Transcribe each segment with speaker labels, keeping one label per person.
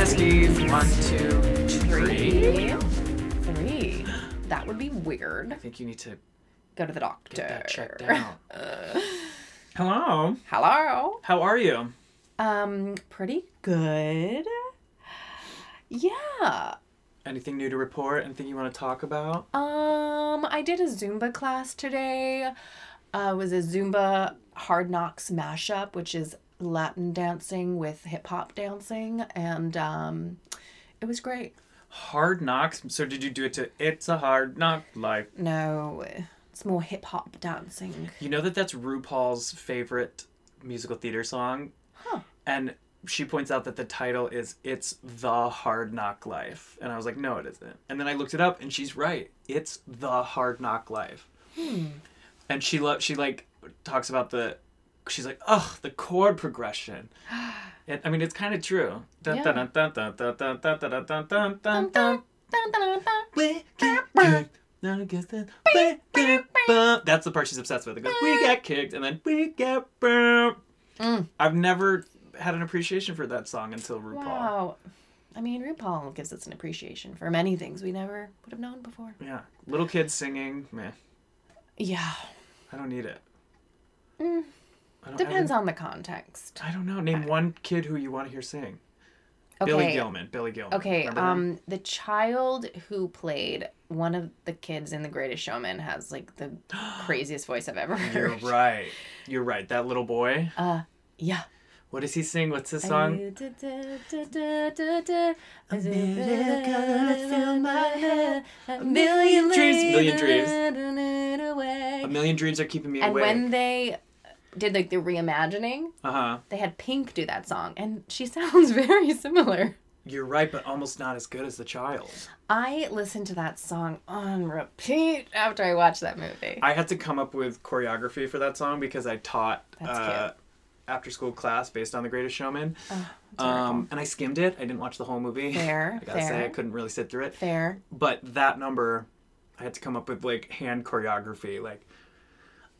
Speaker 1: One, two, three.
Speaker 2: Three. That would be weird.
Speaker 1: I think you need to uh,
Speaker 2: Go to the doctor.
Speaker 1: get that checked out. Hello.
Speaker 2: Hello.
Speaker 1: How are you?
Speaker 2: Um, pretty good. Yeah.
Speaker 1: Anything new to report? Anything you want to talk about?
Speaker 2: Um, I did a Zumba class today. Uh, it was a Zumba hard knocks mashup, which is Latin dancing with hip hop dancing, and um, it was great.
Speaker 1: Hard knocks. So did you do it to It's a Hard Knock Life?
Speaker 2: No, it's more hip hop dancing.
Speaker 1: You know that that's RuPaul's favorite musical theater song?
Speaker 2: Huh.
Speaker 1: And she points out that the title is It's the Hard Knock Life. And I was like, no, it isn't. And then I looked it up and she's right. It's the Hard Knock Life.
Speaker 2: Hmm.
Speaker 1: And she lo- she like talks about the she's like, "Ugh, the chord progression." And I mean, it's kind of true. Dun,
Speaker 2: Yeah.
Speaker 1: dun, dun, dun, dun, dun, dun, dun, dun, dun, dun, dun, dun. We get kicked. Now I guess that we get bumped. That's the part she's obsessed with. It goes, we get kicked, and then we get bumped.
Speaker 2: Mm.
Speaker 1: I've never had an appreciation for that song until RuPaul.
Speaker 2: Wow. I mean, RuPaul gives us an appreciation for many things we never would have known before.
Speaker 1: Yeah, little kids singing. Man,
Speaker 2: Yeah.
Speaker 1: I don't need it.
Speaker 2: Mm.
Speaker 1: I don't,
Speaker 2: Depends
Speaker 1: I
Speaker 2: on the context.
Speaker 1: don't, I don't know. Name one kid who you want to hear sing.
Speaker 2: Okay.
Speaker 1: Billy Gilman. Billy Gilman.
Speaker 2: Okay.
Speaker 1: Remember him?
Speaker 2: Um, the child who played one of the kids in The Greatest Showman has like the craziest voice I've ever
Speaker 1: You're
Speaker 2: heard.
Speaker 1: right. You're right. That little boy.
Speaker 2: Uh, yeah.
Speaker 1: What does he sing? What's his song?
Speaker 2: A
Speaker 1: million colors fill my head.
Speaker 2: A million
Speaker 1: Dreams,
Speaker 2: later,
Speaker 1: million dreams.
Speaker 2: da- da- da- away.
Speaker 1: A million dreams are keeping me
Speaker 2: And
Speaker 1: awake.
Speaker 2: when they did like the reimagining,
Speaker 1: Uh huh.
Speaker 2: they had Pink do that song, and she sounds very similar.
Speaker 1: You're right, but almost not as good as the child.
Speaker 2: I listened to that song on repeat after I watched that movie.
Speaker 1: I had to come up with choreography for that song because I taught
Speaker 2: That's
Speaker 1: uh, after school class based on The Greatest Showman.
Speaker 2: Oh, that's
Speaker 1: um, and I skimmed it. I didn't watch the whole movie.
Speaker 2: Fair,
Speaker 1: I gotta say, I
Speaker 2: fair.
Speaker 1: couldn't really sit through it.
Speaker 2: Fair.
Speaker 1: But that number, I had to come up with like hand choreography, like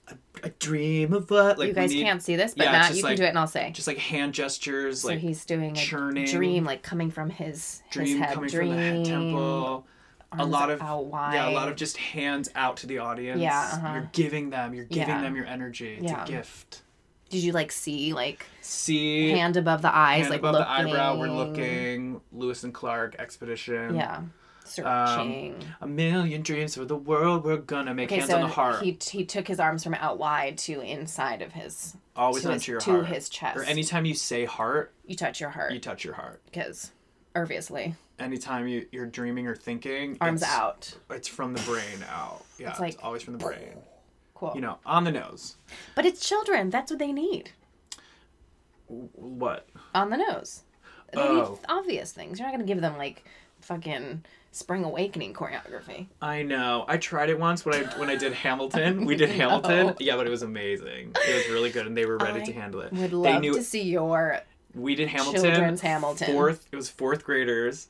Speaker 1: a, a dream of what? Like we
Speaker 2: you guys
Speaker 1: need-
Speaker 2: can't see this, but
Speaker 1: yeah, it's
Speaker 2: Matt,
Speaker 1: just
Speaker 2: you
Speaker 1: like-
Speaker 2: can do it, and I'll say.
Speaker 1: Just like hand gestures,
Speaker 2: so
Speaker 1: like
Speaker 2: he's doing a
Speaker 1: churning,
Speaker 2: dream, like coming from his
Speaker 1: dream
Speaker 2: his head,
Speaker 1: coming
Speaker 2: dream,
Speaker 1: from the head temple. a
Speaker 2: arms
Speaker 1: lot of
Speaker 2: out
Speaker 1: yeah, a lot
Speaker 2: wide.
Speaker 1: of just hands out to the audience.
Speaker 2: Yeah, uh-huh.
Speaker 1: you're giving them, you're giving
Speaker 2: Yeah.
Speaker 1: them your energy. It's
Speaker 2: Yeah.
Speaker 1: a gift.
Speaker 2: Did you like see like
Speaker 1: See,
Speaker 2: hand above the eyes,
Speaker 1: hand
Speaker 2: like
Speaker 1: above
Speaker 2: looking,
Speaker 1: the eyebrow. We're looking Lewis and Clark expedition.
Speaker 2: Yeah, searching.
Speaker 1: a million dreams for the world. We're gonna make
Speaker 2: okay,
Speaker 1: Um, hands
Speaker 2: so
Speaker 1: on the heart.
Speaker 2: he he took his arms from out wide to inside of his
Speaker 1: Always
Speaker 2: to
Speaker 1: onto
Speaker 2: his,
Speaker 1: your
Speaker 2: to
Speaker 1: heart.
Speaker 2: his chest.
Speaker 1: or anytime you say heart,
Speaker 2: you touch your
Speaker 1: you
Speaker 2: heart
Speaker 1: touch your heart.
Speaker 2: because obviously
Speaker 1: Anytime you, you're dreaming or thinking,
Speaker 2: arms
Speaker 1: it's,
Speaker 2: out.
Speaker 1: It's from the brain out. Yeah, it's,
Speaker 2: like-
Speaker 1: always from the brain.
Speaker 2: Cool.
Speaker 1: You know, on the nose.
Speaker 2: But it's children. That's what they need.
Speaker 1: What?
Speaker 2: On the nose. They
Speaker 1: Oh.
Speaker 2: need obvious things. You're not going to give them, like, fucking spring awakening choreography.
Speaker 1: I know. I tried it once when I when I did Hamilton. We did
Speaker 2: No.
Speaker 1: Hamilton. Yeah, but it was amazing. It was really good, and they were ready
Speaker 2: I
Speaker 1: to handle it.
Speaker 2: Would
Speaker 1: they
Speaker 2: love
Speaker 1: knew
Speaker 2: to see your.
Speaker 1: we did Hamilton.
Speaker 2: Children's Hamilton. Mm.
Speaker 1: Fourth, it was fourth graders.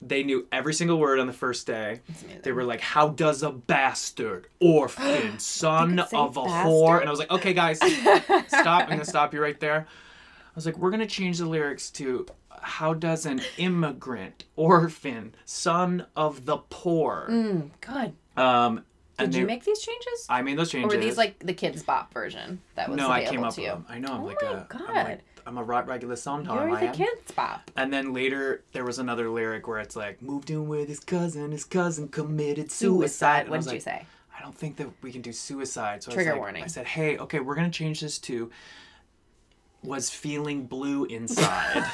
Speaker 1: They knew every single word on the first day.
Speaker 2: amazing.
Speaker 1: They were like, "How does a bastard, orphan, son
Speaker 2: They could
Speaker 1: of
Speaker 2: say
Speaker 1: a whore?"
Speaker 2: bastard.
Speaker 1: And I was like, "Okay, guys, stop. I'm gonna stop you right there." I was like, "We're gonna change the lyrics to." How does an immigrant, orphan, son of the poor?
Speaker 2: Mm, good.
Speaker 1: Um,
Speaker 2: Did
Speaker 1: and
Speaker 2: you
Speaker 1: they,
Speaker 2: make these changes?
Speaker 1: I made those
Speaker 2: Or
Speaker 1: changes.
Speaker 2: were these, like, the kids' bop version that was
Speaker 1: no, I
Speaker 2: available
Speaker 1: came up
Speaker 2: to
Speaker 1: with
Speaker 2: you?
Speaker 1: them. I know. I'm
Speaker 2: Oh
Speaker 1: like
Speaker 2: my
Speaker 1: a, I'm
Speaker 2: God.
Speaker 1: like I'm a right regular songtime.
Speaker 2: You're
Speaker 1: I
Speaker 2: the
Speaker 1: am.
Speaker 2: kids' bop.
Speaker 1: And then later there was another lyric where it's like moved in with his cousin. His cousin committed suicide. And I
Speaker 2: What
Speaker 1: was
Speaker 2: did you
Speaker 1: like,
Speaker 2: say?
Speaker 1: I don't think that we can do suicide. So I
Speaker 2: Trigger
Speaker 1: was like,
Speaker 2: warning.
Speaker 1: I said, hey, okay, we're gonna change this to was feeling blue inside.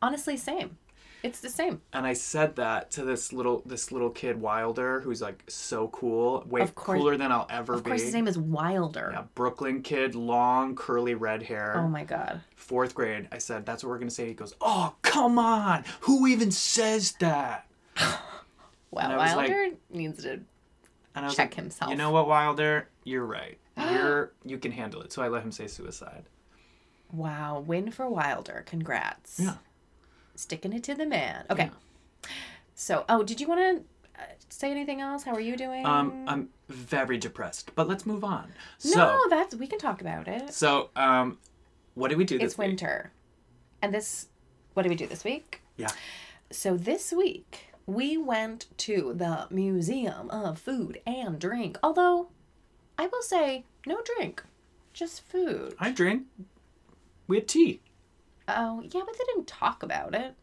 Speaker 2: Honestly, same. It's the same.
Speaker 1: and I said that to this little this little kid Wilder, who's like so cool, way
Speaker 2: Of course-
Speaker 1: cooler than I'll ever
Speaker 2: Of
Speaker 1: be.
Speaker 2: course, his name is Wilder.
Speaker 1: Yeah, Brooklyn kid, long curly red hair.
Speaker 2: Oh, my God.
Speaker 1: Fourth grade, I said, that's what we're gonna say. He goes, Oh, come on! Who even says that? And
Speaker 2: Wow,
Speaker 1: I was like-
Speaker 2: Wilder needs to
Speaker 1: And I was
Speaker 2: check
Speaker 1: like,
Speaker 2: himself.
Speaker 1: You know what, Wilder? You're right. You're you can handle it. So I let him say suicide.
Speaker 2: Wow, win for Wilder. Congrats.
Speaker 1: Yeah.
Speaker 2: Sticking it to the man. Okay. So, oh, did you want to uh, say anything else? How are you doing?
Speaker 1: Um, I'm very depressed. But let's move on.
Speaker 2: no,
Speaker 1: So
Speaker 2: that's we can talk about it.
Speaker 1: so um what did we do this
Speaker 2: It's winter. And this what did we do this week?
Speaker 1: week? Yeah.
Speaker 2: So this week we went to the Museum of Food and Drink. Although I will say no drink, just food.
Speaker 1: I drink. We had tea.
Speaker 2: Oh, yeah, but they didn't talk about it.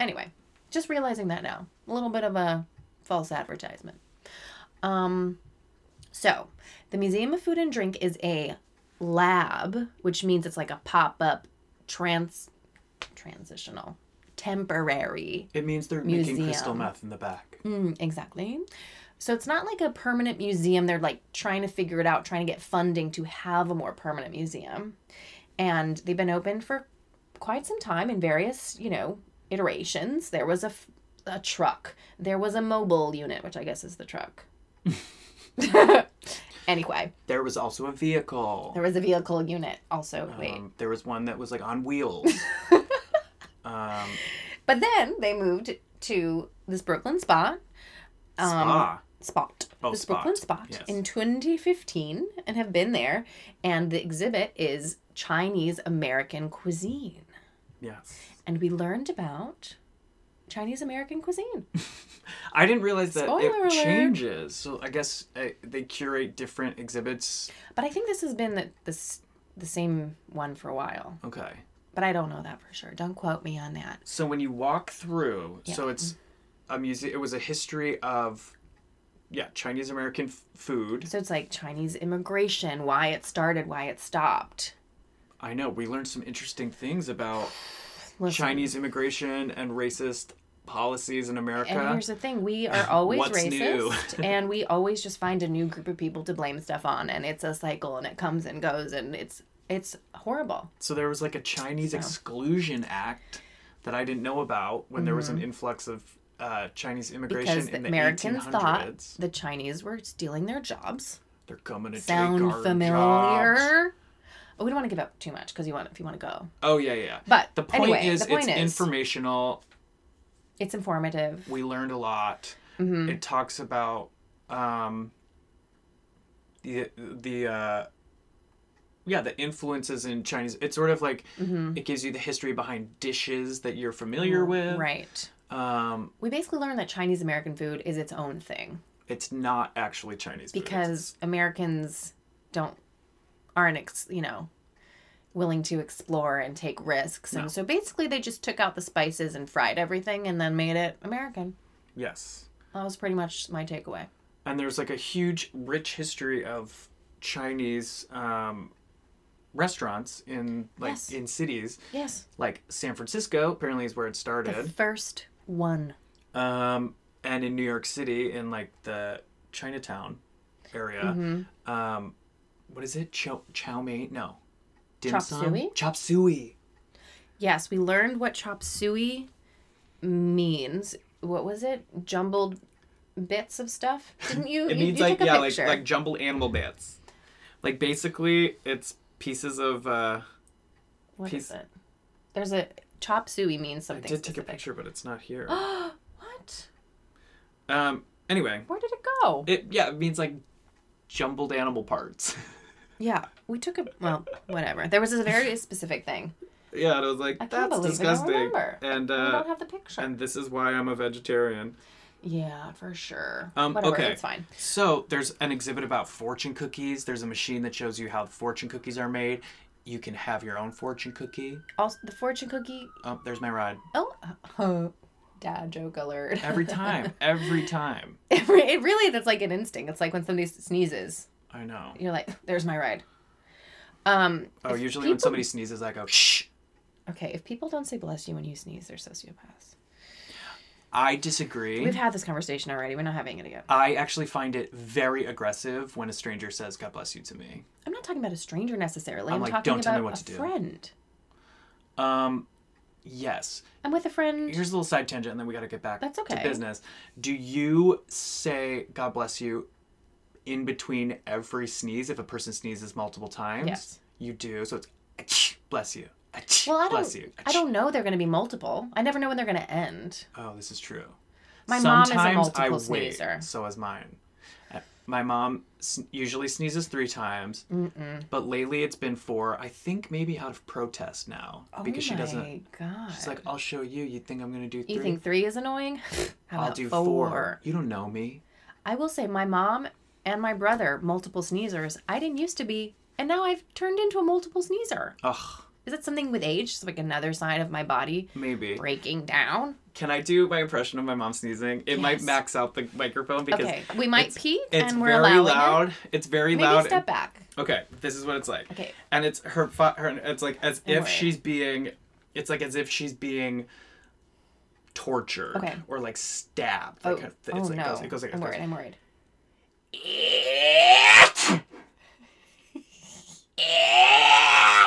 Speaker 2: Anyway, just realizing that now. A little bit of a false advertisement. Um, so, the Museum of Food and Drink is a lab, which means it's like a pop up, trans, transitional, temporary.
Speaker 1: It means they're making crystal
Speaker 2: Museum.
Speaker 1: meth in the back.
Speaker 2: Mm, exactly. So, it's not like a permanent museum. They're like trying to figure it out, trying to get funding to have a more permanent museum. And they've been open for quite some time in various, you know, iterations. There was a, f- a truck, there was a mobile unit, which I guess is the truck. anyway.
Speaker 1: There was also a vehicle.
Speaker 2: There was a vehicle unit also. Wait.
Speaker 1: Um, there was one that was like on wheels. um,
Speaker 2: But then they moved to this Brooklyn spot. Um,
Speaker 1: spa.
Speaker 2: Spot.
Speaker 1: Oh,
Speaker 2: this
Speaker 1: spot.
Speaker 2: Brooklyn spot
Speaker 1: Yes.
Speaker 2: in 2015 and have been there. And the exhibit is Chinese American cuisine.
Speaker 1: Yes.
Speaker 2: And we learned about Chinese American cuisine.
Speaker 1: I didn't realize that it
Speaker 2: Spoiler alert.
Speaker 1: changes. So I guess uh, they curate different exhibits.
Speaker 2: But I think this has been the, this, the same one for a while.
Speaker 1: Okay.
Speaker 2: But I don't know that for sure. Don't quote me on that.
Speaker 1: So when you walk through, so it's a museum. It was a history of, yeah, Chinese American f- food.
Speaker 2: So it's like Chinese immigration, why it started, why it stopped.
Speaker 1: I know we learned some interesting things about
Speaker 2: Listen,
Speaker 1: Chinese immigration and racist policies in America.
Speaker 2: And here's the thing: we are always
Speaker 1: What's new?
Speaker 2: racist, and we always just find a new group of people to blame stuff on, and it's a cycle, and it comes and goes, and it's it's horrible.
Speaker 1: So there was like a Chinese exclusion act that I didn't know about when there was an influx of uh, Chinese immigration
Speaker 2: Mm-hmm. Because
Speaker 1: in the
Speaker 2: the Americans
Speaker 1: 1800s.
Speaker 2: thought the Chinese were stealing their jobs.
Speaker 1: They're coming to take
Speaker 2: Sound
Speaker 1: our
Speaker 2: familiar?
Speaker 1: jobs.
Speaker 2: Oh, we don't want to give up too much because you want if you want to go,
Speaker 1: Oh yeah, yeah.
Speaker 2: but
Speaker 1: The point
Speaker 2: anyway,
Speaker 1: is,
Speaker 2: the point
Speaker 1: it's
Speaker 2: is,
Speaker 1: informational.
Speaker 2: it's informative.
Speaker 1: We learned a lot.
Speaker 2: Mm-hmm.
Speaker 1: It talks about um, the the uh, yeah the influences in Chinese. It's sort of like
Speaker 2: Mm-hmm.
Speaker 1: it gives you the history behind dishes that you're familiar with.
Speaker 2: Mm, Right.
Speaker 1: Um,
Speaker 2: We basically learned that Chinese American food is its own thing.
Speaker 1: it's not actually Chinese food, it's
Speaker 2: because Americans don't aren't ex, you know willing to explore and take risks and so basically they just took out the spices and fried everything and then made it American.
Speaker 1: Yes.
Speaker 2: That was pretty much my takeaway.
Speaker 1: And there's like a huge, rich history of Chinese um, restaurants in like
Speaker 2: Yes.
Speaker 1: in cities,
Speaker 2: Yes.
Speaker 1: like San Francisco apparently is where it
Speaker 2: The
Speaker 1: started,
Speaker 2: first one.
Speaker 1: um, and in New York City in like the Chinatown area.
Speaker 2: Mm-hmm.
Speaker 1: Um, what is it? Chow, chow mein? No. Dim
Speaker 2: Chop
Speaker 1: sum?
Speaker 2: suey?
Speaker 1: Chop suey.
Speaker 2: Yes, we learned what chop suey means. What was it? Jumbled bits of stuff? Didn't you?
Speaker 1: It
Speaker 2: you,
Speaker 1: means
Speaker 2: you
Speaker 1: like
Speaker 2: took a
Speaker 1: yeah, like
Speaker 2: picture.
Speaker 1: like jumbled animal bits. Like basically, it's pieces of. Uh,
Speaker 2: what
Speaker 1: piece-
Speaker 2: is it? There's a chop suey means
Speaker 1: I did
Speaker 2: something.
Speaker 1: take a
Speaker 2: specific.
Speaker 1: picture, but it's not here.
Speaker 2: What?
Speaker 1: um. Anyway.
Speaker 2: Where did it go?
Speaker 1: It yeah, it means like jumbled animal parts.
Speaker 2: Yeah, we took a well, whatever. There was a very specific thing.
Speaker 1: yeah, and I was like,
Speaker 2: I can't
Speaker 1: that's
Speaker 2: believe I don't
Speaker 1: disgusting.
Speaker 2: remember.
Speaker 1: And
Speaker 2: we
Speaker 1: uh
Speaker 2: don't have the picture.
Speaker 1: and this is why I'm a vegetarian.
Speaker 2: yeah, for sure.
Speaker 1: Um,
Speaker 2: whatever,
Speaker 1: okay.
Speaker 2: it's fine.
Speaker 1: So there's an exhibit about fortune cookies. There's a machine that shows you how fortune cookies are made. You can have your own fortune cookie.
Speaker 2: Also, the fortune cookie.
Speaker 1: Oh, there's my ride.
Speaker 2: Oh, uh, dad joke alert.
Speaker 1: Every time. every time.
Speaker 2: it re- it really that's like an instinct. It's like when somebody sneezes,
Speaker 1: I know.
Speaker 2: you're like, "There's my ride." Um.
Speaker 1: Oh,
Speaker 2: if
Speaker 1: usually when
Speaker 2: people-
Speaker 1: somebody sneezes I go, Shh.
Speaker 2: Okay, if people don't say "bless you" when you sneeze, they're sociopaths.
Speaker 1: I disagree.
Speaker 2: We've had this conversation already. We're not having it again.
Speaker 1: I actually find it very aggressive when a stranger says God bless you to me.
Speaker 2: I'm not talking about a stranger necessarily. I'm,
Speaker 1: like,
Speaker 2: talking
Speaker 1: "Don't
Speaker 2: about
Speaker 1: tell me what to
Speaker 2: a
Speaker 1: do."
Speaker 2: friend.
Speaker 1: Um yes.
Speaker 2: I'm with a friend.
Speaker 1: Here's a little side tangent, and then we got to get back
Speaker 2: That's
Speaker 1: to
Speaker 2: okay.
Speaker 1: business. Do you say "God bless you" in between every sneeze if a person sneezes multiple times?
Speaker 2: Yes.
Speaker 1: you do. So it's "Achoo, bless you. Achoo,
Speaker 2: Well, I don't.
Speaker 1: bless you.
Speaker 2: I
Speaker 1: Achoo."
Speaker 2: don't know. They're going to be multiple. I never know when they're going to end.
Speaker 1: Oh, this is true.
Speaker 2: My mom is a
Speaker 1: Sometimes I
Speaker 2: multiple
Speaker 1: wait,
Speaker 2: sneezer.
Speaker 1: So is mine. Uh, My mom s- usually sneezes three times,
Speaker 2: Mm-mm.
Speaker 1: but lately it's been four. I think maybe out of protest now
Speaker 2: Oh
Speaker 1: because she
Speaker 2: my
Speaker 1: doesn't.
Speaker 2: God.
Speaker 1: She's like, I'll show you. You think I'm gonna do three?
Speaker 2: you think three is annoying? How
Speaker 1: I'll
Speaker 2: about
Speaker 1: do
Speaker 2: four?
Speaker 1: four. You don't know me.
Speaker 2: I will say my mom and my brother, multiple sneezers. I didn't used to be, and now I've turned into a multiple sneezer.
Speaker 1: Ugh,
Speaker 2: Is that something with age? Just like another sign of my body
Speaker 1: maybe.
Speaker 2: breaking down?
Speaker 1: Can I do my impression of my mom sneezing? It might
Speaker 2: Yes.
Speaker 1: max out the microphone because
Speaker 2: Okay, we might
Speaker 1: it's-
Speaker 2: pee,
Speaker 1: it's
Speaker 2: and we're
Speaker 1: very
Speaker 2: allowing it.
Speaker 1: loud. It's very
Speaker 2: Maybe
Speaker 1: loud.
Speaker 2: step back.
Speaker 1: Okay, this is what it's like.
Speaker 2: Okay.
Speaker 1: And it's her, fi- her it's like as
Speaker 2: Don't
Speaker 1: if
Speaker 2: worry.
Speaker 1: she's being it's like as if she's being tortured
Speaker 2: Okay.
Speaker 1: or like stabbed.
Speaker 2: Oh,
Speaker 1: That kind of thing. It's
Speaker 2: oh
Speaker 1: like,
Speaker 2: no!
Speaker 1: goes, it goes like
Speaker 2: I'm worried.
Speaker 1: this.
Speaker 2: I'm worried.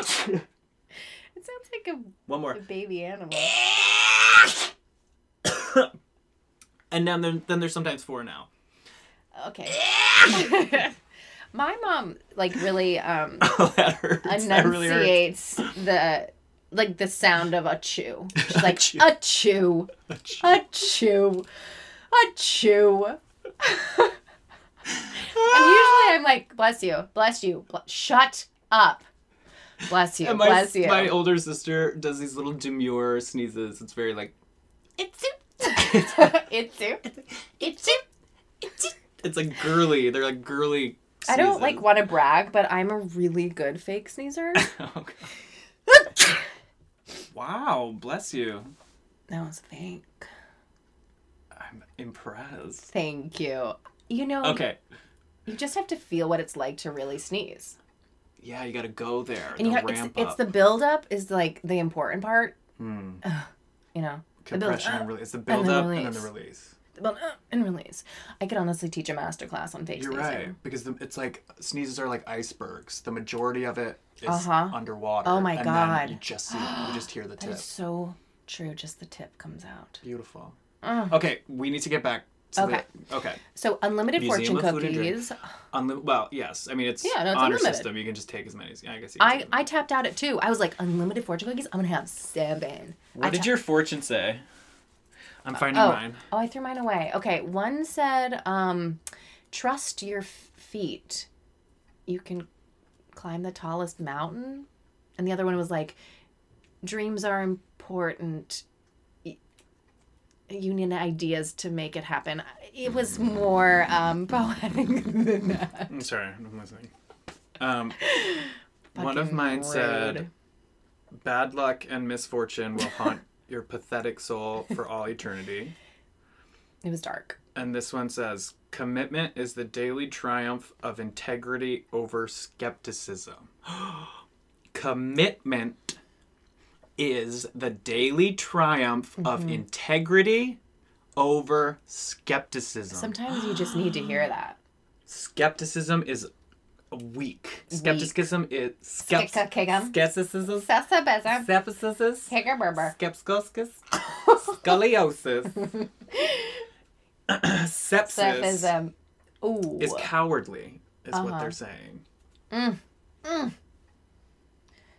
Speaker 2: It sounds like
Speaker 1: One
Speaker 2: a,
Speaker 1: more.
Speaker 2: a baby animal.
Speaker 1: And now then then there's sometimes four now.
Speaker 2: Okay. my mom like really um
Speaker 1: that hurts. That really hurts.
Speaker 2: enunciates the like the sound of a chew. She's like
Speaker 1: chew.
Speaker 2: a chew, a chew, a chew. And usually I'm like, bless you, bless you, bl- shut up, bless you,
Speaker 1: And my,
Speaker 2: bless you.
Speaker 1: my older sister does these little demure sneezes. It's very like
Speaker 2: it's soup. it's soup. It's soup.
Speaker 1: it's like girly. They're like girly.
Speaker 2: I don't like
Speaker 1: sneezes.
Speaker 2: want to brag, but I'm a really good fake sneezer.
Speaker 1: Oh, God. wow, bless you.
Speaker 2: that was fake.
Speaker 1: I'm impressed.
Speaker 2: Thank you. You know,
Speaker 1: Okay.
Speaker 2: you just have to feel what it's like to really sneeze.
Speaker 1: Yeah, you gotta go there.
Speaker 2: And you
Speaker 1: the
Speaker 2: have, it's,
Speaker 1: ramp
Speaker 2: it's
Speaker 1: up.
Speaker 2: the build up is like the important part,
Speaker 1: Hmm.
Speaker 2: you know. The build
Speaker 1: compression and
Speaker 2: up,
Speaker 1: release. It's the
Speaker 2: then
Speaker 1: build up and then the
Speaker 2: release.
Speaker 1: release.
Speaker 2: the build up uh, and release. I could honestly teach a master class on fake
Speaker 1: You're
Speaker 2: sneezing.
Speaker 1: right because the, it's like sneezes are like icebergs. The majority of it is
Speaker 2: Uh-huh.
Speaker 1: underwater.
Speaker 2: Oh my
Speaker 1: and
Speaker 2: God.
Speaker 1: Then you just see, you just hear the
Speaker 2: That
Speaker 1: tip.
Speaker 2: is so true. Just the tip comes out.
Speaker 1: Beautiful.
Speaker 2: Ugh.
Speaker 1: Okay, we need to get back. To
Speaker 2: Okay.
Speaker 1: The, okay.
Speaker 2: So unlimited
Speaker 1: Museum
Speaker 2: fortune
Speaker 1: of Food and Drink.
Speaker 2: cookies.
Speaker 1: Unli- well, yes. I mean, it's
Speaker 2: Yeah, no, it's
Speaker 1: honor
Speaker 2: unlimited.
Speaker 1: system. You can just take as many as. I guess. You can
Speaker 2: I
Speaker 1: take
Speaker 2: I tapped out at two. I was like unlimited fortune cookies. I'm gonna have seven. I
Speaker 1: What did
Speaker 2: ta-
Speaker 1: your fortune say? I'm finding
Speaker 2: oh
Speaker 1: mine.
Speaker 2: oh I threw mine away. Okay, one said um, trust your f- feet. You can climb the tallest mountain, and the other one was like, dreams are important. Y- You need ideas to make it happen. It was more um, poetic than that.
Speaker 1: I'm sorry, I'm listening. Um, one of
Speaker 2: Fucking
Speaker 1: mine said,
Speaker 2: rude.
Speaker 1: "Bad luck and misfortune will haunt your pathetic soul for all eternity."
Speaker 2: It was dark.
Speaker 1: And this one says, "Commitment is the daily triumph of integrity over skepticism." Commitment is the daily triumph of integrity over skepticism.
Speaker 2: Sometimes you just need to hear that.
Speaker 1: skepticism is weak. Skepticism is skept-
Speaker 2: Skepticism.
Speaker 1: skepticism.
Speaker 2: Sasabeza.
Speaker 1: Skepticism.
Speaker 2: Hickerberber.
Speaker 1: Skepscosis. Scoliosis. Sepsis
Speaker 2: Sasabeza. Ooh.
Speaker 1: is cowardly, is
Speaker 2: Uh-huh.
Speaker 1: what they're saying.
Speaker 2: Mm. Mm. to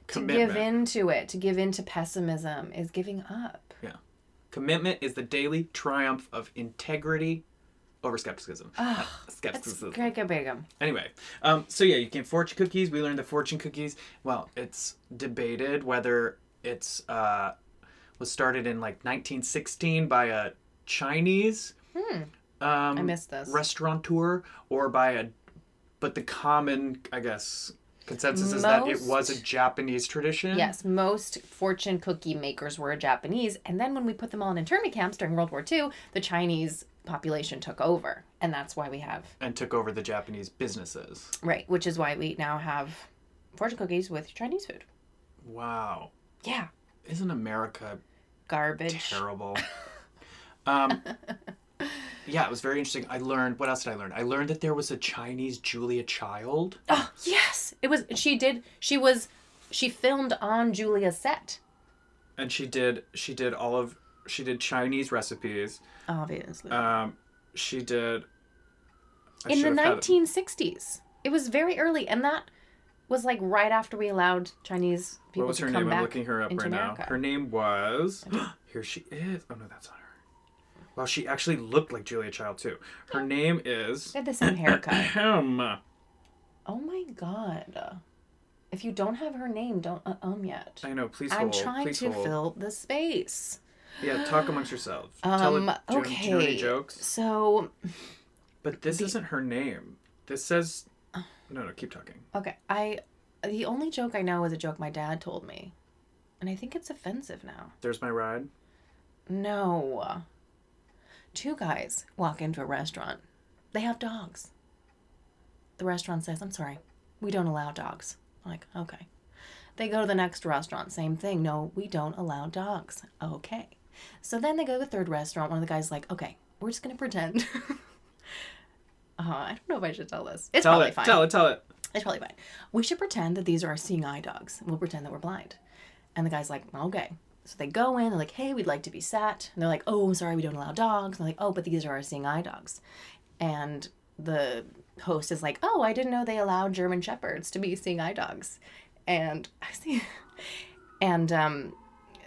Speaker 1: Commitment.
Speaker 2: give in to it, to give in to pessimism is giving up.
Speaker 1: Commitment is the daily triumph of integrity over skepticism. Uh,
Speaker 2: Ugh, that's
Speaker 1: skepticism.
Speaker 2: Greg Bingham.
Speaker 1: Anyway, um, so yeah, you can fortune cookies. We learned that fortune cookies. Well, it's debated whether it's uh, was started in like 1916 by a Chinese
Speaker 2: Hmm.
Speaker 1: um,
Speaker 2: I missed this.
Speaker 1: restaurateur or by a, but the common I guess consensus is that it was a
Speaker 2: Most-
Speaker 1: Japanese tradition.
Speaker 2: Yes, most fortune cookie makers were Japanese, and then when we put them all in internment camps during World War II, the Chinese population took over, and that's why we have
Speaker 1: And took over the Japanese businesses.
Speaker 2: right, which is why we now have fortune cookies with Chinese food.
Speaker 1: Wow,
Speaker 2: Yeah,
Speaker 1: isn't America
Speaker 2: garbage.
Speaker 1: terrible. um, yeah, it was very interesting. I learned what else did I learn? I learned that there was a Chinese Julia Child.
Speaker 2: Oh yes, it was. She did. She was. She filmed on Julia's set.
Speaker 1: and she did she did all of she did Chinese recipes.
Speaker 2: Obviously.
Speaker 1: Um, she did I
Speaker 2: in the
Speaker 1: should have had it.
Speaker 2: 1960s. It was very early, and that was like right after we allowed Chinese people
Speaker 1: What was
Speaker 2: to
Speaker 1: her
Speaker 2: come
Speaker 1: name?
Speaker 2: back
Speaker 1: I'm looking her up right
Speaker 2: into America.
Speaker 1: now. Her name was. Here she is. Oh no, that's not her. Wow, she actually looked like Julia Child too. Her name is
Speaker 2: They had the same haircut.
Speaker 1: Ahem.
Speaker 2: oh my god. If you don't have her name, don't uh um yet.
Speaker 1: I know. Please
Speaker 2: I'm
Speaker 1: hold.
Speaker 2: trying
Speaker 1: please
Speaker 2: to
Speaker 1: hold.
Speaker 2: fill the space.
Speaker 1: Yeah, talk amongst yourselves. Tell a
Speaker 2: Um,
Speaker 1: jo- do you know any
Speaker 2: okay.
Speaker 1: jokes.
Speaker 2: So,
Speaker 1: But this isn't her name. This says.
Speaker 2: Oh.
Speaker 1: No, no. Keep talking.
Speaker 2: okay, I the only joke I know is a joke my dad told me. And I think it's offensive now.
Speaker 1: There's my ride.
Speaker 2: No. Two guys walk into a restaurant. They have dogs. The restaurant says, I'm sorry, we don't allow dogs. I'm like, okay. They go to the next restaurant, same thing. No, we don't allow dogs. Okay. So then they go to the third restaurant. One of the guys is like, okay, we're just going to pretend. uh, I don't know if I should tell this. It's
Speaker 1: Tell
Speaker 2: probably
Speaker 1: it.
Speaker 2: fine.
Speaker 1: Tell it. Tell it.
Speaker 2: It's probably fine. We should pretend that these are our seeing eye dogs. We'll pretend that we're blind. And the guy's like, okay. So they go in, they're like, hey, we'd like to be sat. And they're like, oh, I'm sorry, we don't allow dogs. And they're like, oh, but these are our seeing eye dogs. And the host is like, oh, I didn't know they allowed German Shepherds to be seeing eye dogs. And I see. And um,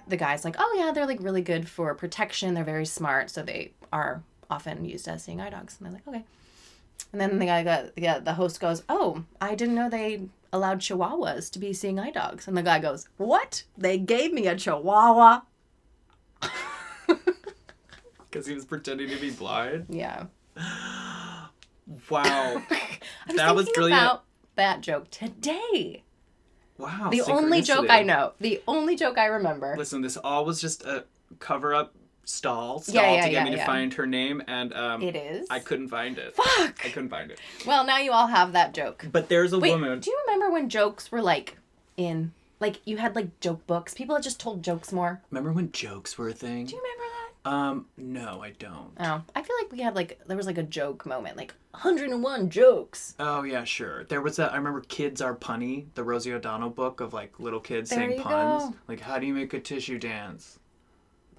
Speaker 2: the guy's like, oh, yeah, they're like really good for protection. They're very smart. So they are often used as seeing eye dogs. And they're like, okay. And then the guy got yeah, the host goes, "Oh, I didn't know they allowed chihuahuas to be seeing eye dogs." And the guy goes, "What? They gave me a chihuahua?"
Speaker 1: Because he was pretending to be blind.
Speaker 2: Yeah.
Speaker 1: Wow.
Speaker 2: I was
Speaker 1: That was
Speaker 2: thinking
Speaker 1: brilliant.
Speaker 2: about that joke today.
Speaker 1: Wow.
Speaker 2: The only joke I
Speaker 1: synchronicity.
Speaker 2: know. The only joke I remember.
Speaker 1: Listen, this all was just a cover up stall, stall
Speaker 2: Yeah, yeah,
Speaker 1: to get
Speaker 2: yeah,
Speaker 1: me to
Speaker 2: yeah.
Speaker 1: find her name, and um,
Speaker 2: It is.
Speaker 1: I couldn't find it. I
Speaker 2: Fuck.
Speaker 1: couldn't find it.
Speaker 2: Well, now you all have that joke.
Speaker 1: But there's a
Speaker 2: Wait,
Speaker 1: woman.
Speaker 2: do you remember when jokes were like in like you had like joke books? People just told jokes more.
Speaker 1: Remember when jokes were a thing?
Speaker 2: Do you remember that?
Speaker 1: Um, no, I don't.
Speaker 2: Oh, I feel like we had like there was like a joke moment, like 101 jokes.
Speaker 1: Oh yeah, sure. There was that. I remember "Kids Are Punny," the Rosie O'Donnell book of like little kids
Speaker 2: There
Speaker 1: saying
Speaker 2: you
Speaker 1: puns.
Speaker 2: go.
Speaker 1: Like, how do you make a tissue dance?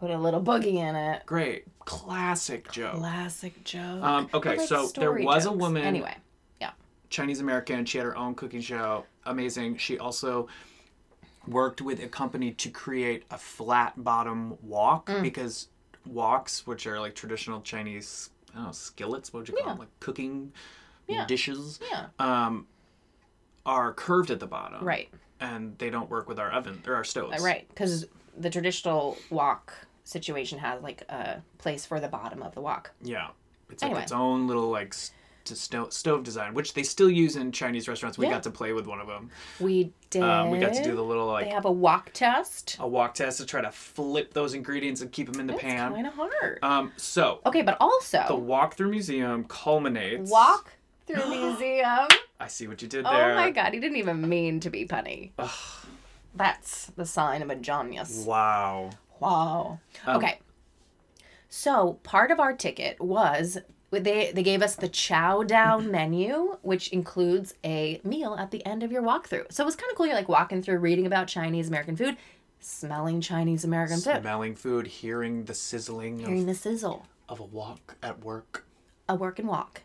Speaker 2: Put a little boogie in it.
Speaker 1: Great, classic joke.
Speaker 2: Classic joke.
Speaker 1: Um, okay,
Speaker 2: But, like,
Speaker 1: so there
Speaker 2: story
Speaker 1: was a
Speaker 2: jokes.
Speaker 1: woman-
Speaker 2: Anyway, yeah.
Speaker 1: Chinese American. She had her own cooking show. Amazing. She also worked with a company to create a flat bottom wok
Speaker 2: Mm.
Speaker 1: because woks, which are like traditional Chinese, I don't know, skillets, what would you call
Speaker 2: Yeah.
Speaker 1: them? Like cooking
Speaker 2: Yeah.
Speaker 1: dishes,
Speaker 2: Yeah.
Speaker 1: um, are curved at the bottom.
Speaker 2: Right.
Speaker 1: And they don't work with our oven or our stoves.
Speaker 2: Right. Because the traditional wok situation has like a place for the bottom of the wok.
Speaker 1: Yeah. It's
Speaker 2: Anyway.
Speaker 1: like its own little like s- to sto- stove design, which they still use in Chinese restaurants. We
Speaker 2: Yeah.
Speaker 1: got to play with one of them.
Speaker 2: We did.
Speaker 1: Um, we got to do the little like
Speaker 2: They have a wok test.
Speaker 1: a wok test to try to flip those ingredients and keep them in the
Speaker 2: It's
Speaker 1: pan.
Speaker 2: kind of hard.
Speaker 1: Um, so
Speaker 2: okay, but also
Speaker 1: the walkthrough museum culminates.
Speaker 2: walk through museum.
Speaker 1: I see what you did there.
Speaker 2: Oh my god, he didn't even mean to be punny. That's the sign of a genius.
Speaker 1: Wow.
Speaker 2: Wow. okay. So part of our ticket was they they gave us the chow down menu, which includes a meal at the end of your walkthrough. So it was kind of cool. You're like walking through, reading about Chinese American food, smelling Chinese American food,
Speaker 1: Smelling food, hearing the sizzling
Speaker 2: hearing
Speaker 1: of,
Speaker 2: the sizzle,
Speaker 1: of a walk at work.
Speaker 2: a work and walk.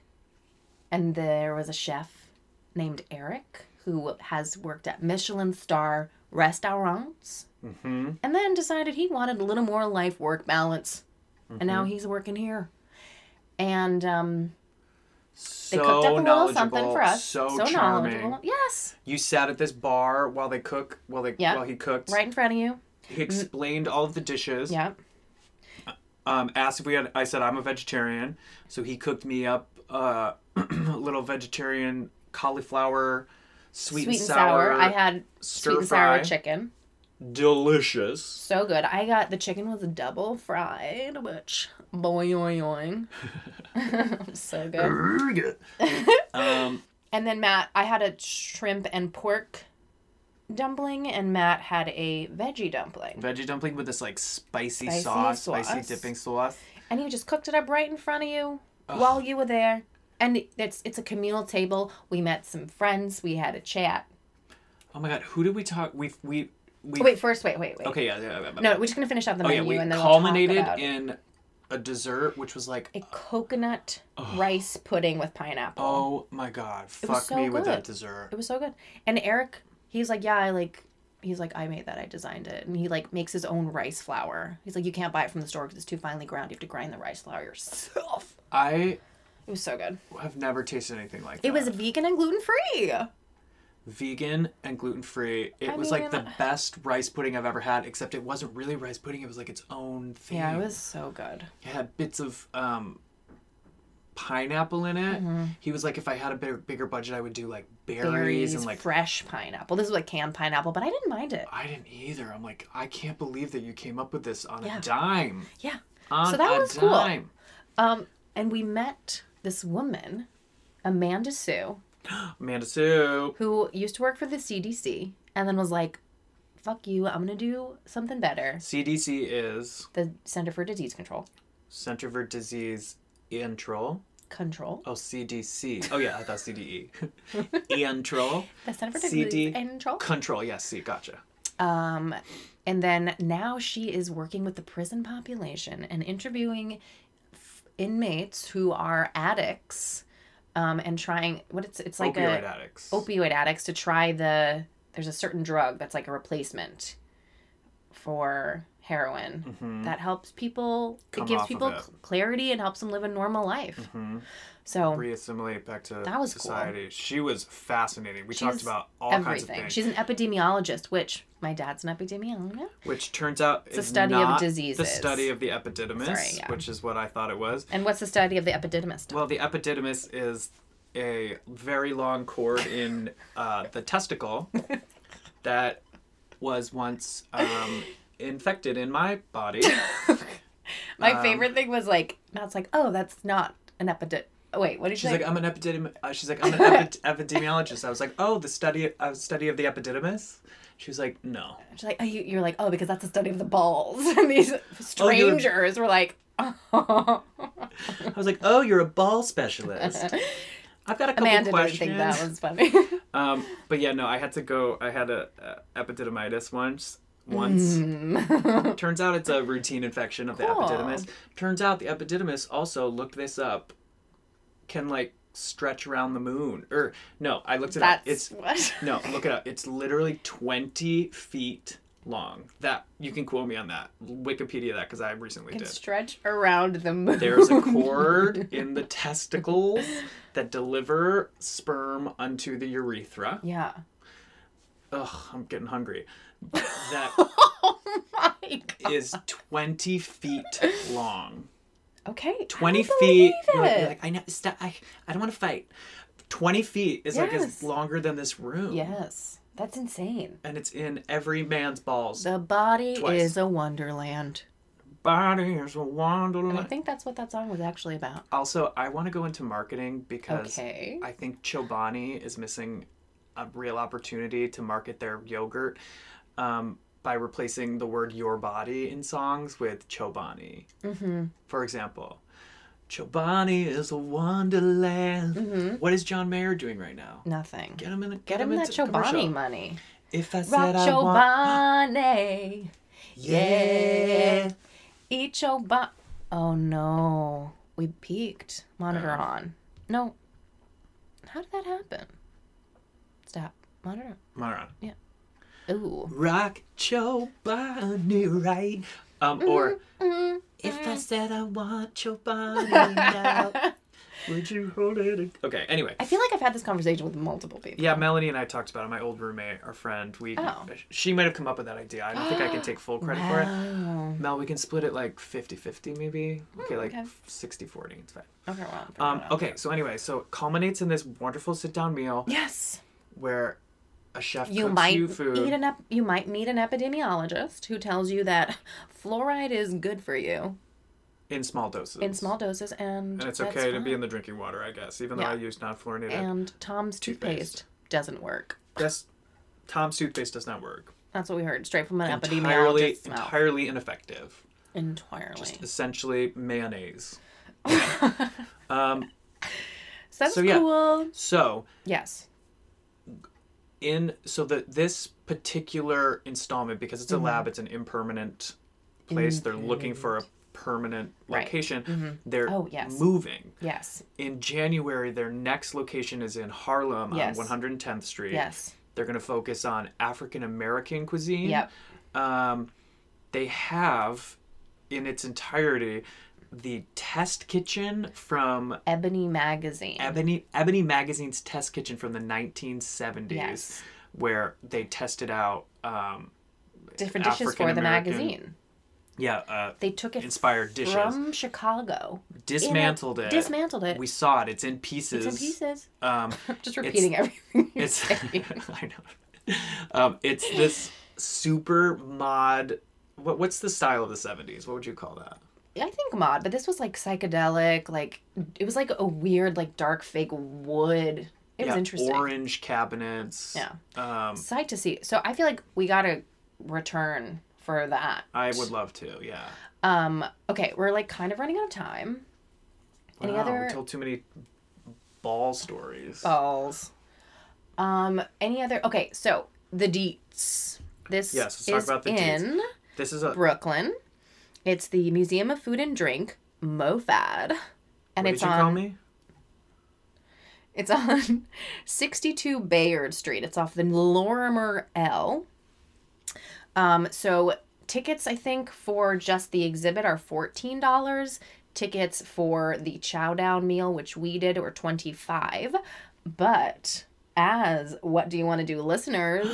Speaker 2: And there was a chef named Eric who has worked at Michelin star restaurants,
Speaker 1: Mm-hmm.
Speaker 2: and then decided he wanted a little more life work balance, and
Speaker 1: Mm-hmm.
Speaker 2: now he's working here. And um,
Speaker 1: So
Speaker 2: they cooked up a little
Speaker 1: knowledgeable,
Speaker 2: something for us.
Speaker 1: So,
Speaker 2: knowledgeable.
Speaker 1: charming.
Speaker 2: Yes,
Speaker 1: You sat at this bar while they cook, while they
Speaker 2: Yeah.
Speaker 1: while he cooked.
Speaker 2: right in front of you.
Speaker 1: He explained all of the dishes.
Speaker 2: Yeah.
Speaker 1: um, asked if we had. I said I'm a vegetarian, so he cooked me up uh, a little vegetarian cauliflower, sweet,
Speaker 2: Sweet and sour. I had
Speaker 1: stir
Speaker 2: sweet and
Speaker 1: fry,
Speaker 2: sour chicken.
Speaker 1: delicious.
Speaker 2: So good. I got the chicken was double fried, which boing oing oing. so good.
Speaker 1: um,
Speaker 2: And then Matt, I had a shrimp and pork dumpling, and Matt had a veggie dumpling.
Speaker 1: veggie dumpling with this like spicy,
Speaker 2: Spicy
Speaker 1: sauce,
Speaker 2: sauce.
Speaker 1: spicy dipping sauce.
Speaker 2: and he just cooked it up right in front of you while you were there. And it's it's a communal table. We met some friends. We had a chat.
Speaker 1: Oh my god, who did we talk? We we we.
Speaker 2: Wait, first, wait, wait, wait.
Speaker 1: Okay, yeah, yeah, yeah. yeah.
Speaker 2: No, we're just gonna finish out the
Speaker 1: Oh yeah,
Speaker 2: menu
Speaker 1: we
Speaker 2: and then
Speaker 1: culminated
Speaker 2: we'll talk about
Speaker 1: in a dessert, which was like,
Speaker 2: a coconut rice pudding with pineapple.
Speaker 1: oh my god,
Speaker 2: was
Speaker 1: fuck
Speaker 2: so
Speaker 1: me with that
Speaker 2: good.
Speaker 1: dessert.
Speaker 2: It was so good. And Eric, he's like, yeah, I like he's like, I made that, I designed it. And he like makes his own rice flour. He's like, you can't buy it from the store because it's too finely ground. You have to grind the rice flour yourself.
Speaker 1: I
Speaker 2: It was so good.
Speaker 1: have never tasted anything like that.
Speaker 2: It was vegan and gluten free.
Speaker 1: vegan and gluten free. It
Speaker 2: I
Speaker 1: was like the
Speaker 2: mean-
Speaker 1: best rice pudding I've ever had, except it wasn't really rice pudding. It was like its own thing.
Speaker 2: Yeah, it was so good.
Speaker 1: It had bits of um, pineapple in it.
Speaker 2: Mm-hmm.
Speaker 1: He was like, if I had a bigger, bigger budget, I would do like berries,
Speaker 2: Berries,
Speaker 1: and like.
Speaker 2: fresh pineapple. This was like canned pineapple, but I didn't mind it.
Speaker 1: I didn't either. I'm like, I can't believe that you came up with this on
Speaker 2: Yeah.
Speaker 1: a dime.
Speaker 2: Yeah.
Speaker 1: On
Speaker 2: that
Speaker 1: a
Speaker 2: was cool.
Speaker 1: dime.
Speaker 2: Um, and we met this woman, Amanda Sue,
Speaker 1: Amanda Sue.
Speaker 2: who used to work for the CDC and then was like, fuck you, I'm gonna do something better.
Speaker 1: CDC is
Speaker 2: The Center for Disease Control.
Speaker 1: Center for Disease Control.
Speaker 2: Control.
Speaker 1: Oh, CDC. Oh, yeah, I thought E. CDE. Control.
Speaker 2: The Center for
Speaker 1: CD
Speaker 2: Disease Control.
Speaker 1: Control, yes, see, gotcha.
Speaker 2: Um, and then now she is working with the prison population and interviewing f- inmates who are addicts, um, and trying what it's it's like
Speaker 1: Opioid
Speaker 2: a
Speaker 1: addicts.
Speaker 2: opioid addicts to try the there's a certain drug that's like a replacement for heroin that helps people
Speaker 1: Mm-hmm. Come
Speaker 2: it gives
Speaker 1: off of
Speaker 2: people
Speaker 1: it.
Speaker 2: cl- clarity and helps them live a normal life
Speaker 1: Mhm.
Speaker 2: so
Speaker 1: Reassimilate back to
Speaker 2: That was cool.
Speaker 1: society. She was fascinating. We talked
Speaker 2: She's
Speaker 1: about all kinds of
Speaker 2: everything
Speaker 1: things,
Speaker 2: she's an epidemiologist which my dad's an epidemiologist
Speaker 1: which turns out it's
Speaker 2: a study of
Speaker 1: The
Speaker 2: diseases.
Speaker 1: study of the epididymis,
Speaker 2: Sorry, yeah.
Speaker 1: which is what I thought it was.
Speaker 2: and what's the study of the epididymist
Speaker 1: Well, the epididymis is a very long cord in uh, the testicle that was once um, infected in my body.
Speaker 2: my
Speaker 1: um,
Speaker 2: favorite thing was like matt's like oh that's not an epidid oh, wait what did you
Speaker 1: She's
Speaker 2: say
Speaker 1: like, I'm an epidemi- uh, She's like, I'm an epi- epidemiologist. I was like, oh, the study, uh, study of the epididymis. She was like, no.
Speaker 2: She's like, oh, you, you're like, oh, because that's a study of the balls. and these
Speaker 1: Oh,
Speaker 2: strangers were like, oh.
Speaker 1: I was like, oh, you're a ball specialist. I've got a couple
Speaker 2: Amanda didn't
Speaker 1: questions.
Speaker 2: think that was funny.
Speaker 1: Um, but yeah, no, I had to go. I had a, a epididymitis once.
Speaker 2: Mm.
Speaker 1: Once. Turns out it's a routine infection of the
Speaker 2: Cool.
Speaker 1: epididymis. Turns out the epididymis also looked this up. Can like stretch around the moon, or no? I looked it
Speaker 2: that's
Speaker 1: up. It's
Speaker 2: what.
Speaker 1: No, look it up. It's literally 20 feet long. That you can quote me on that. Wikipedia that because I recently
Speaker 2: Can
Speaker 1: did.
Speaker 2: stretch around the moon.
Speaker 1: There's a cord in the testicles that deliver sperm unto the urethra.
Speaker 2: Yeah.
Speaker 1: Ugh, I'm getting hungry. That
Speaker 2: Oh my god.
Speaker 1: is 20 feet long.
Speaker 2: Okay.
Speaker 1: 20
Speaker 2: I don't
Speaker 1: feet.
Speaker 2: believe
Speaker 1: You're like,
Speaker 2: it.
Speaker 1: you're like, I know. Stop. I, I don't want to fight. 20 feet is like
Speaker 2: Yes.
Speaker 1: is longer than this room.
Speaker 2: Yes. That's insane.
Speaker 1: And it's in every man's balls.
Speaker 2: The body
Speaker 1: Twice.
Speaker 2: is a wonderland.
Speaker 1: Body is a wonderland.
Speaker 2: And I think that's what that song was actually about.
Speaker 1: Also, I want to go into marketing because
Speaker 2: Okay.
Speaker 1: I think Chobani is missing a real opportunity to market their yogurt um, by replacing the word your body in songs with Chobani.
Speaker 2: Mm-hmm.
Speaker 1: For example, Chobani is a wonderland. What is John Mayer doing right now?
Speaker 2: Nothing. Mm-hmm. Get,
Speaker 1: Get him in. Get,
Speaker 2: him that
Speaker 1: into a
Speaker 2: Chobani
Speaker 1: commercial.
Speaker 2: money.
Speaker 1: If I said
Speaker 2: Rock
Speaker 1: I want,
Speaker 2: Chobani. Yeah. Eat your butt. Oh no. We peaked. Monitor
Speaker 1: Oh.
Speaker 2: on. No. How did that happen? Stop. Monitor.
Speaker 1: Moron.
Speaker 2: Ooh.
Speaker 1: Rock Chobani, right? Um,
Speaker 2: Mm-hmm,
Speaker 1: or If I said I want your body now, would you hold it? ag- Okay, anyway.
Speaker 2: I feel like I've had this conversation with multiple people.
Speaker 1: Yeah, Melanie and I talked about it. My old roommate, our friend, we
Speaker 2: Oh.
Speaker 1: she might have come up with that idea. I don't think I can take full credit for it.
Speaker 2: Wow. Hmm,
Speaker 1: Mel, we can split it like 50-50 maybe. Okay, like
Speaker 2: okay.
Speaker 1: 60-40. It's fine.
Speaker 2: Okay, well. I'll figure
Speaker 1: Um,
Speaker 2: it out.
Speaker 1: okay, so anyway, so it culminates in this wonderful sit-down meal
Speaker 2: Yes.
Speaker 1: where a chef
Speaker 2: You
Speaker 1: cooks
Speaker 2: might
Speaker 1: you food.
Speaker 2: eat an ep- you might meet an epidemiologist who tells you that fluoride is good for you
Speaker 1: in small doses.
Speaker 2: in small doses and
Speaker 1: And it's
Speaker 2: that's
Speaker 1: okay to be
Speaker 2: fine.
Speaker 1: in the drinking water, I guess, even though
Speaker 2: Yeah.
Speaker 1: I use non-fluorinated.
Speaker 2: and Tom's
Speaker 1: Toothpaste.
Speaker 2: toothpaste doesn't work.
Speaker 1: That's Tom's toothpaste does not work.
Speaker 2: That's what we heard straight from an
Speaker 1: entirely
Speaker 2: epidemiologist's mouth.
Speaker 1: entirely ineffective.
Speaker 2: Entirely.
Speaker 1: Essentially mayonnaise. um,
Speaker 2: so that's
Speaker 1: so, yeah.
Speaker 2: cool.
Speaker 1: so
Speaker 2: Yes.
Speaker 1: in so that this particular installment, because
Speaker 2: Mm-hmm.
Speaker 1: it's a lab, it's an impermanent place. They're looking for a permanent
Speaker 2: Right.
Speaker 1: location. They're
Speaker 2: Oh, yes.
Speaker 1: moving.
Speaker 2: Yes.
Speaker 1: In January, their next location is in Harlem
Speaker 2: Yes.
Speaker 1: on 110th Street.
Speaker 2: Yes.
Speaker 1: They're going to focus on African American cuisine.
Speaker 2: Yep.
Speaker 1: Um, they have in its entirety the test kitchen from
Speaker 2: Ebony Magazine.
Speaker 1: Ebony Ebony Magazine's test kitchen from the 1970s,
Speaker 2: Yes.
Speaker 1: where they tested out, um,
Speaker 2: Different dishes for the
Speaker 1: African-American-
Speaker 2: magazine.
Speaker 1: yeah, uh,
Speaker 2: They took it
Speaker 1: inspired dishes,
Speaker 2: from Chicago. in a-
Speaker 1: dismantled it.
Speaker 2: Dismantled it.
Speaker 1: we saw it. It's in
Speaker 2: it's
Speaker 1: pieces.
Speaker 2: in pieces.
Speaker 1: Um,
Speaker 2: I'm just repeating everything. You're
Speaker 1: it's
Speaker 2: saying.
Speaker 1: I know. Um, it's this super mod. What, what's the style of the 70s? What would you call that?
Speaker 2: I think mod, but this was like psychedelic. Like it was like a weird, like dark fake wood. It was
Speaker 1: Yeah,
Speaker 2: interesting.
Speaker 1: Orange cabinets.
Speaker 2: Yeah.
Speaker 1: Um,
Speaker 2: Sight to see. So I feel like we gotta return for that.
Speaker 1: I would love to. Yeah.
Speaker 2: Um. Okay, we're like kind of running out of time. Any
Speaker 1: wow,
Speaker 2: other- Oh,
Speaker 1: We told too many ball stories.
Speaker 2: balls. Um, any other? Okay, so the Deets. This
Speaker 1: Yes, let's talk
Speaker 2: is
Speaker 1: about the Deets.
Speaker 2: in
Speaker 1: This is a
Speaker 2: Brooklyn. It's the Museum of Food and Drink, MoFad, and
Speaker 1: What
Speaker 2: it's
Speaker 1: did you
Speaker 2: on
Speaker 1: call me?
Speaker 2: it's on 62 Bayard Street. It's off the Lorimer L. Um, so tickets, I think, for just the exhibit are fourteen dollars. Tickets for the Chow Down meal, which we did, were twenty five. But as what do you want to do, listeners?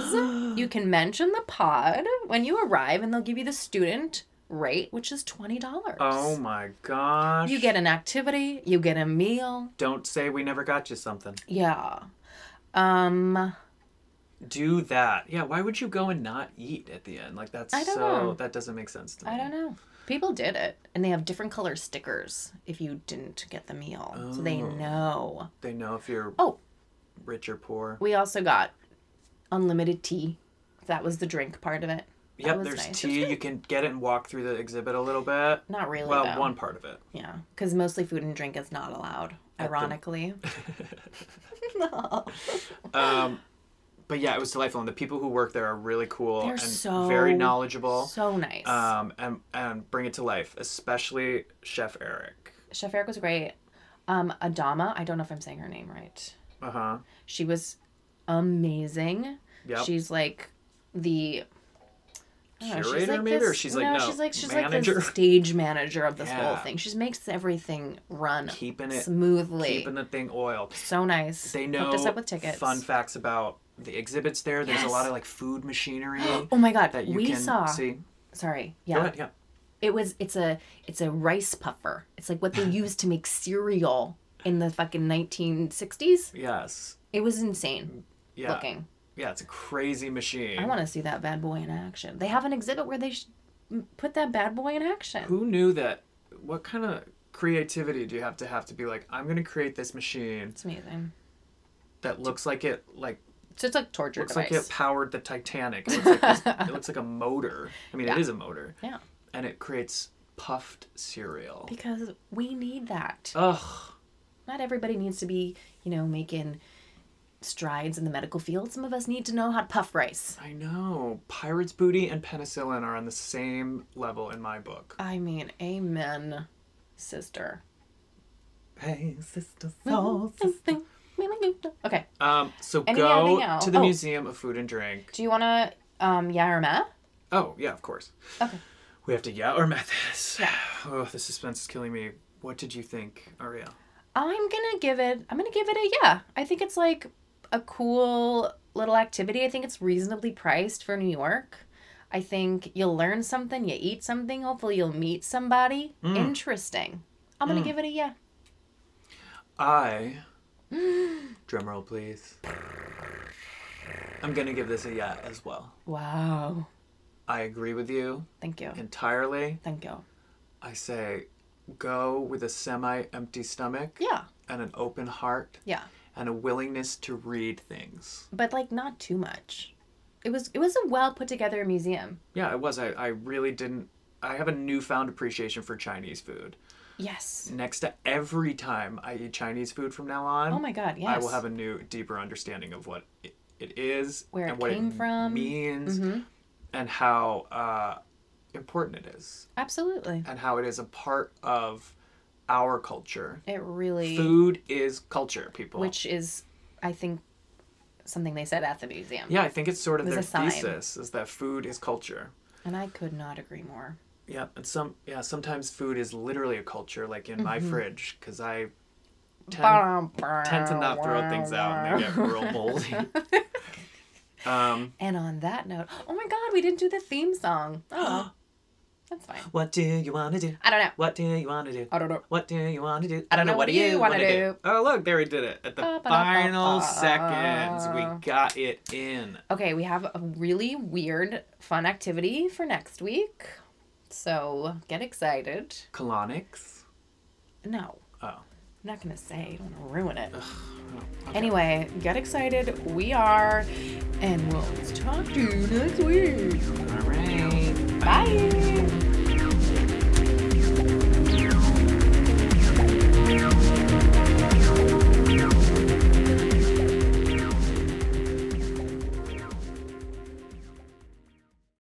Speaker 2: you can mention the pod when you arrive, and they'll give you the student rate, which is twenty dollars.
Speaker 1: Oh my gosh.
Speaker 2: You get an activity, you get a meal.
Speaker 1: Don't say we never got you something.
Speaker 2: Yeah. Um.
Speaker 1: Do that. Yeah, why would you go and not eat at the end? Like that's
Speaker 2: I don't
Speaker 1: so
Speaker 2: know.
Speaker 1: that doesn't make sense to me.
Speaker 2: I don't know. People did it, and they have different color stickers if you didn't get the meal, so they
Speaker 1: Oh.
Speaker 2: know.
Speaker 1: They know if you're
Speaker 2: Oh.
Speaker 1: rich or poor.
Speaker 2: We also got unlimited tea. That was the drink part of it. That
Speaker 1: Yep,
Speaker 2: was
Speaker 1: there's
Speaker 2: nice. That's
Speaker 1: tea.
Speaker 2: good.
Speaker 1: You can get it and walk through the exhibit a little bit.
Speaker 2: Not really.
Speaker 1: well,
Speaker 2: though.
Speaker 1: one part of it.
Speaker 2: Yeah, because mostly food and drink is not allowed.
Speaker 1: At the-
Speaker 2: Ironically. No.
Speaker 1: Um but yeah, it was delightful and the people who work there are really cool
Speaker 2: They're
Speaker 1: and
Speaker 2: so-
Speaker 1: very knowledgeable.
Speaker 2: So nice.
Speaker 1: Um and and bring it to life, especially Chef Eric.
Speaker 2: Chef Eric was great. Um, Adama, I don't know if I'm saying her name right.
Speaker 1: Uh-huh.
Speaker 2: She was amazing.
Speaker 1: Yep.
Speaker 2: She's like the I don't know,
Speaker 1: Curator maybe or she's like no,
Speaker 2: she's like she's
Speaker 1: manager.
Speaker 2: like the stage manager of this whole
Speaker 1: Yeah.
Speaker 2: thing. She makes everything run
Speaker 1: keeping it
Speaker 2: smoothly.
Speaker 1: keeping the thing oiled.
Speaker 2: so nice.
Speaker 1: They know
Speaker 2: hooked us up with tickets.
Speaker 1: fun facts about the exhibits there. There's
Speaker 2: Yes.
Speaker 1: a lot of like food machinery
Speaker 2: oh my god,
Speaker 1: that you
Speaker 2: we
Speaker 1: can
Speaker 2: saw.
Speaker 1: see.
Speaker 2: Sorry,
Speaker 1: Go
Speaker 2: yeah,
Speaker 1: ahead, yeah.
Speaker 2: it was. It's a it's a rice puffer. It's like what they used to make cereal in the fucking 1960s.
Speaker 1: Yes.
Speaker 2: It was insane
Speaker 1: Yeah.
Speaker 2: looking.
Speaker 1: Yeah, it's a crazy machine.
Speaker 2: I want to see that bad boy in action. They have an exhibit where they sh- m- put that bad boy in action.
Speaker 1: Who knew that what kind of creativity do you have to have to be like, I'm gonna create this machine
Speaker 2: It's amazing.
Speaker 1: that looks like it like
Speaker 2: So it's like torture
Speaker 1: looks
Speaker 2: device.
Speaker 1: like it powered the Titanic. It looks like, this, it looks like a motor. I mean
Speaker 2: Yeah.
Speaker 1: it is a motor.
Speaker 2: Yeah.
Speaker 1: And it creates puffed cereal.
Speaker 2: because we need that.
Speaker 1: Ugh.
Speaker 2: Not everybody needs to be, you know, making strides in the medical field. Some of us need to know how to puff rice.
Speaker 1: I know. Pirate's booty and penicillin are on the same level in my book.
Speaker 2: I mean, amen, sister.
Speaker 1: Hey, sister
Speaker 2: Mm-hmm. Okay.
Speaker 1: Um, so
Speaker 2: Anything-
Speaker 1: go
Speaker 2: anything else?
Speaker 1: to the
Speaker 2: Oh.
Speaker 1: Museum of Food and Drink.
Speaker 2: Do you want to, um, Yarma?
Speaker 1: Oh, yeah, of course.
Speaker 2: Okay.
Speaker 1: We have to yeah or Mathis.
Speaker 2: Yeah.
Speaker 1: Oh, the suspense is killing me. What did you think, Ariel?
Speaker 2: I'm gonna give it. I'm gonna give it a yeah. I think it's like a cool little activity. I think it's reasonably priced for New York. I think you'll learn something, you eat something. Hopefully, you'll meet somebody
Speaker 1: Mm.
Speaker 2: interesting. I'm gonna
Speaker 1: Mm.
Speaker 2: give it a yeah.
Speaker 1: I drumroll please. I'm gonna give this a yeah as well.
Speaker 2: Wow.
Speaker 1: I agree with you
Speaker 2: Thank you.
Speaker 1: entirely.
Speaker 2: Thank you.
Speaker 1: I say go with a semi empty stomach
Speaker 2: Yeah.
Speaker 1: and an open heart
Speaker 2: Yeah.
Speaker 1: and a willingness to read things.
Speaker 2: But like not too much. It was it was a well put together museum.
Speaker 1: Yeah, it was. I, I really didn't. I have a newfound appreciation for Chinese food.
Speaker 2: Yes.
Speaker 1: Next to every time I eat Chinese food from now on,
Speaker 2: Oh my god, yes.
Speaker 1: I will have a new, deeper understanding of what it, it is,
Speaker 2: Where
Speaker 1: and
Speaker 2: it
Speaker 1: what
Speaker 2: came
Speaker 1: it
Speaker 2: from.
Speaker 1: means,
Speaker 2: Mhm.
Speaker 1: and how uh, important it is,
Speaker 2: Absolutely.
Speaker 1: and how it is a part of our culture.
Speaker 2: It really
Speaker 1: Food is culture, people.
Speaker 2: which is I think something they said at the museum.
Speaker 1: Yeah, I think it's sort of
Speaker 2: There's
Speaker 1: their
Speaker 2: a sign.
Speaker 1: thesis is that food is culture.
Speaker 2: And I could not agree more.
Speaker 1: Yeah, and some yeah sometimes food is literally a culture, like in
Speaker 2: Mm-hmm.
Speaker 1: my fridge, because I tend, tend to not throw things out and they get real moldy. um,
Speaker 2: And on that note, oh my god, we didn't do the theme song. Oh, that's fine.
Speaker 1: what do you want to do?
Speaker 2: I don't know.
Speaker 1: What do you want to do?
Speaker 2: I don't know.
Speaker 1: What do you want to do? I don't know. Uh, What do you want
Speaker 2: wanna
Speaker 1: to do?
Speaker 2: do?
Speaker 1: Oh, look, there we did it. At the
Speaker 2: Ba-ba-da-ba-ba.
Speaker 1: final seconds, we got it in.
Speaker 2: Okay, we have a really weird, fun activity for next week. So get excited.
Speaker 1: Colonics.
Speaker 2: No,
Speaker 1: Oh.
Speaker 2: I'm not going to say. I don't want to ruin it.
Speaker 1: okay.
Speaker 2: Anyway, get excited. We are. And we'll talk to you next week.
Speaker 1: All right.
Speaker 2: Bye.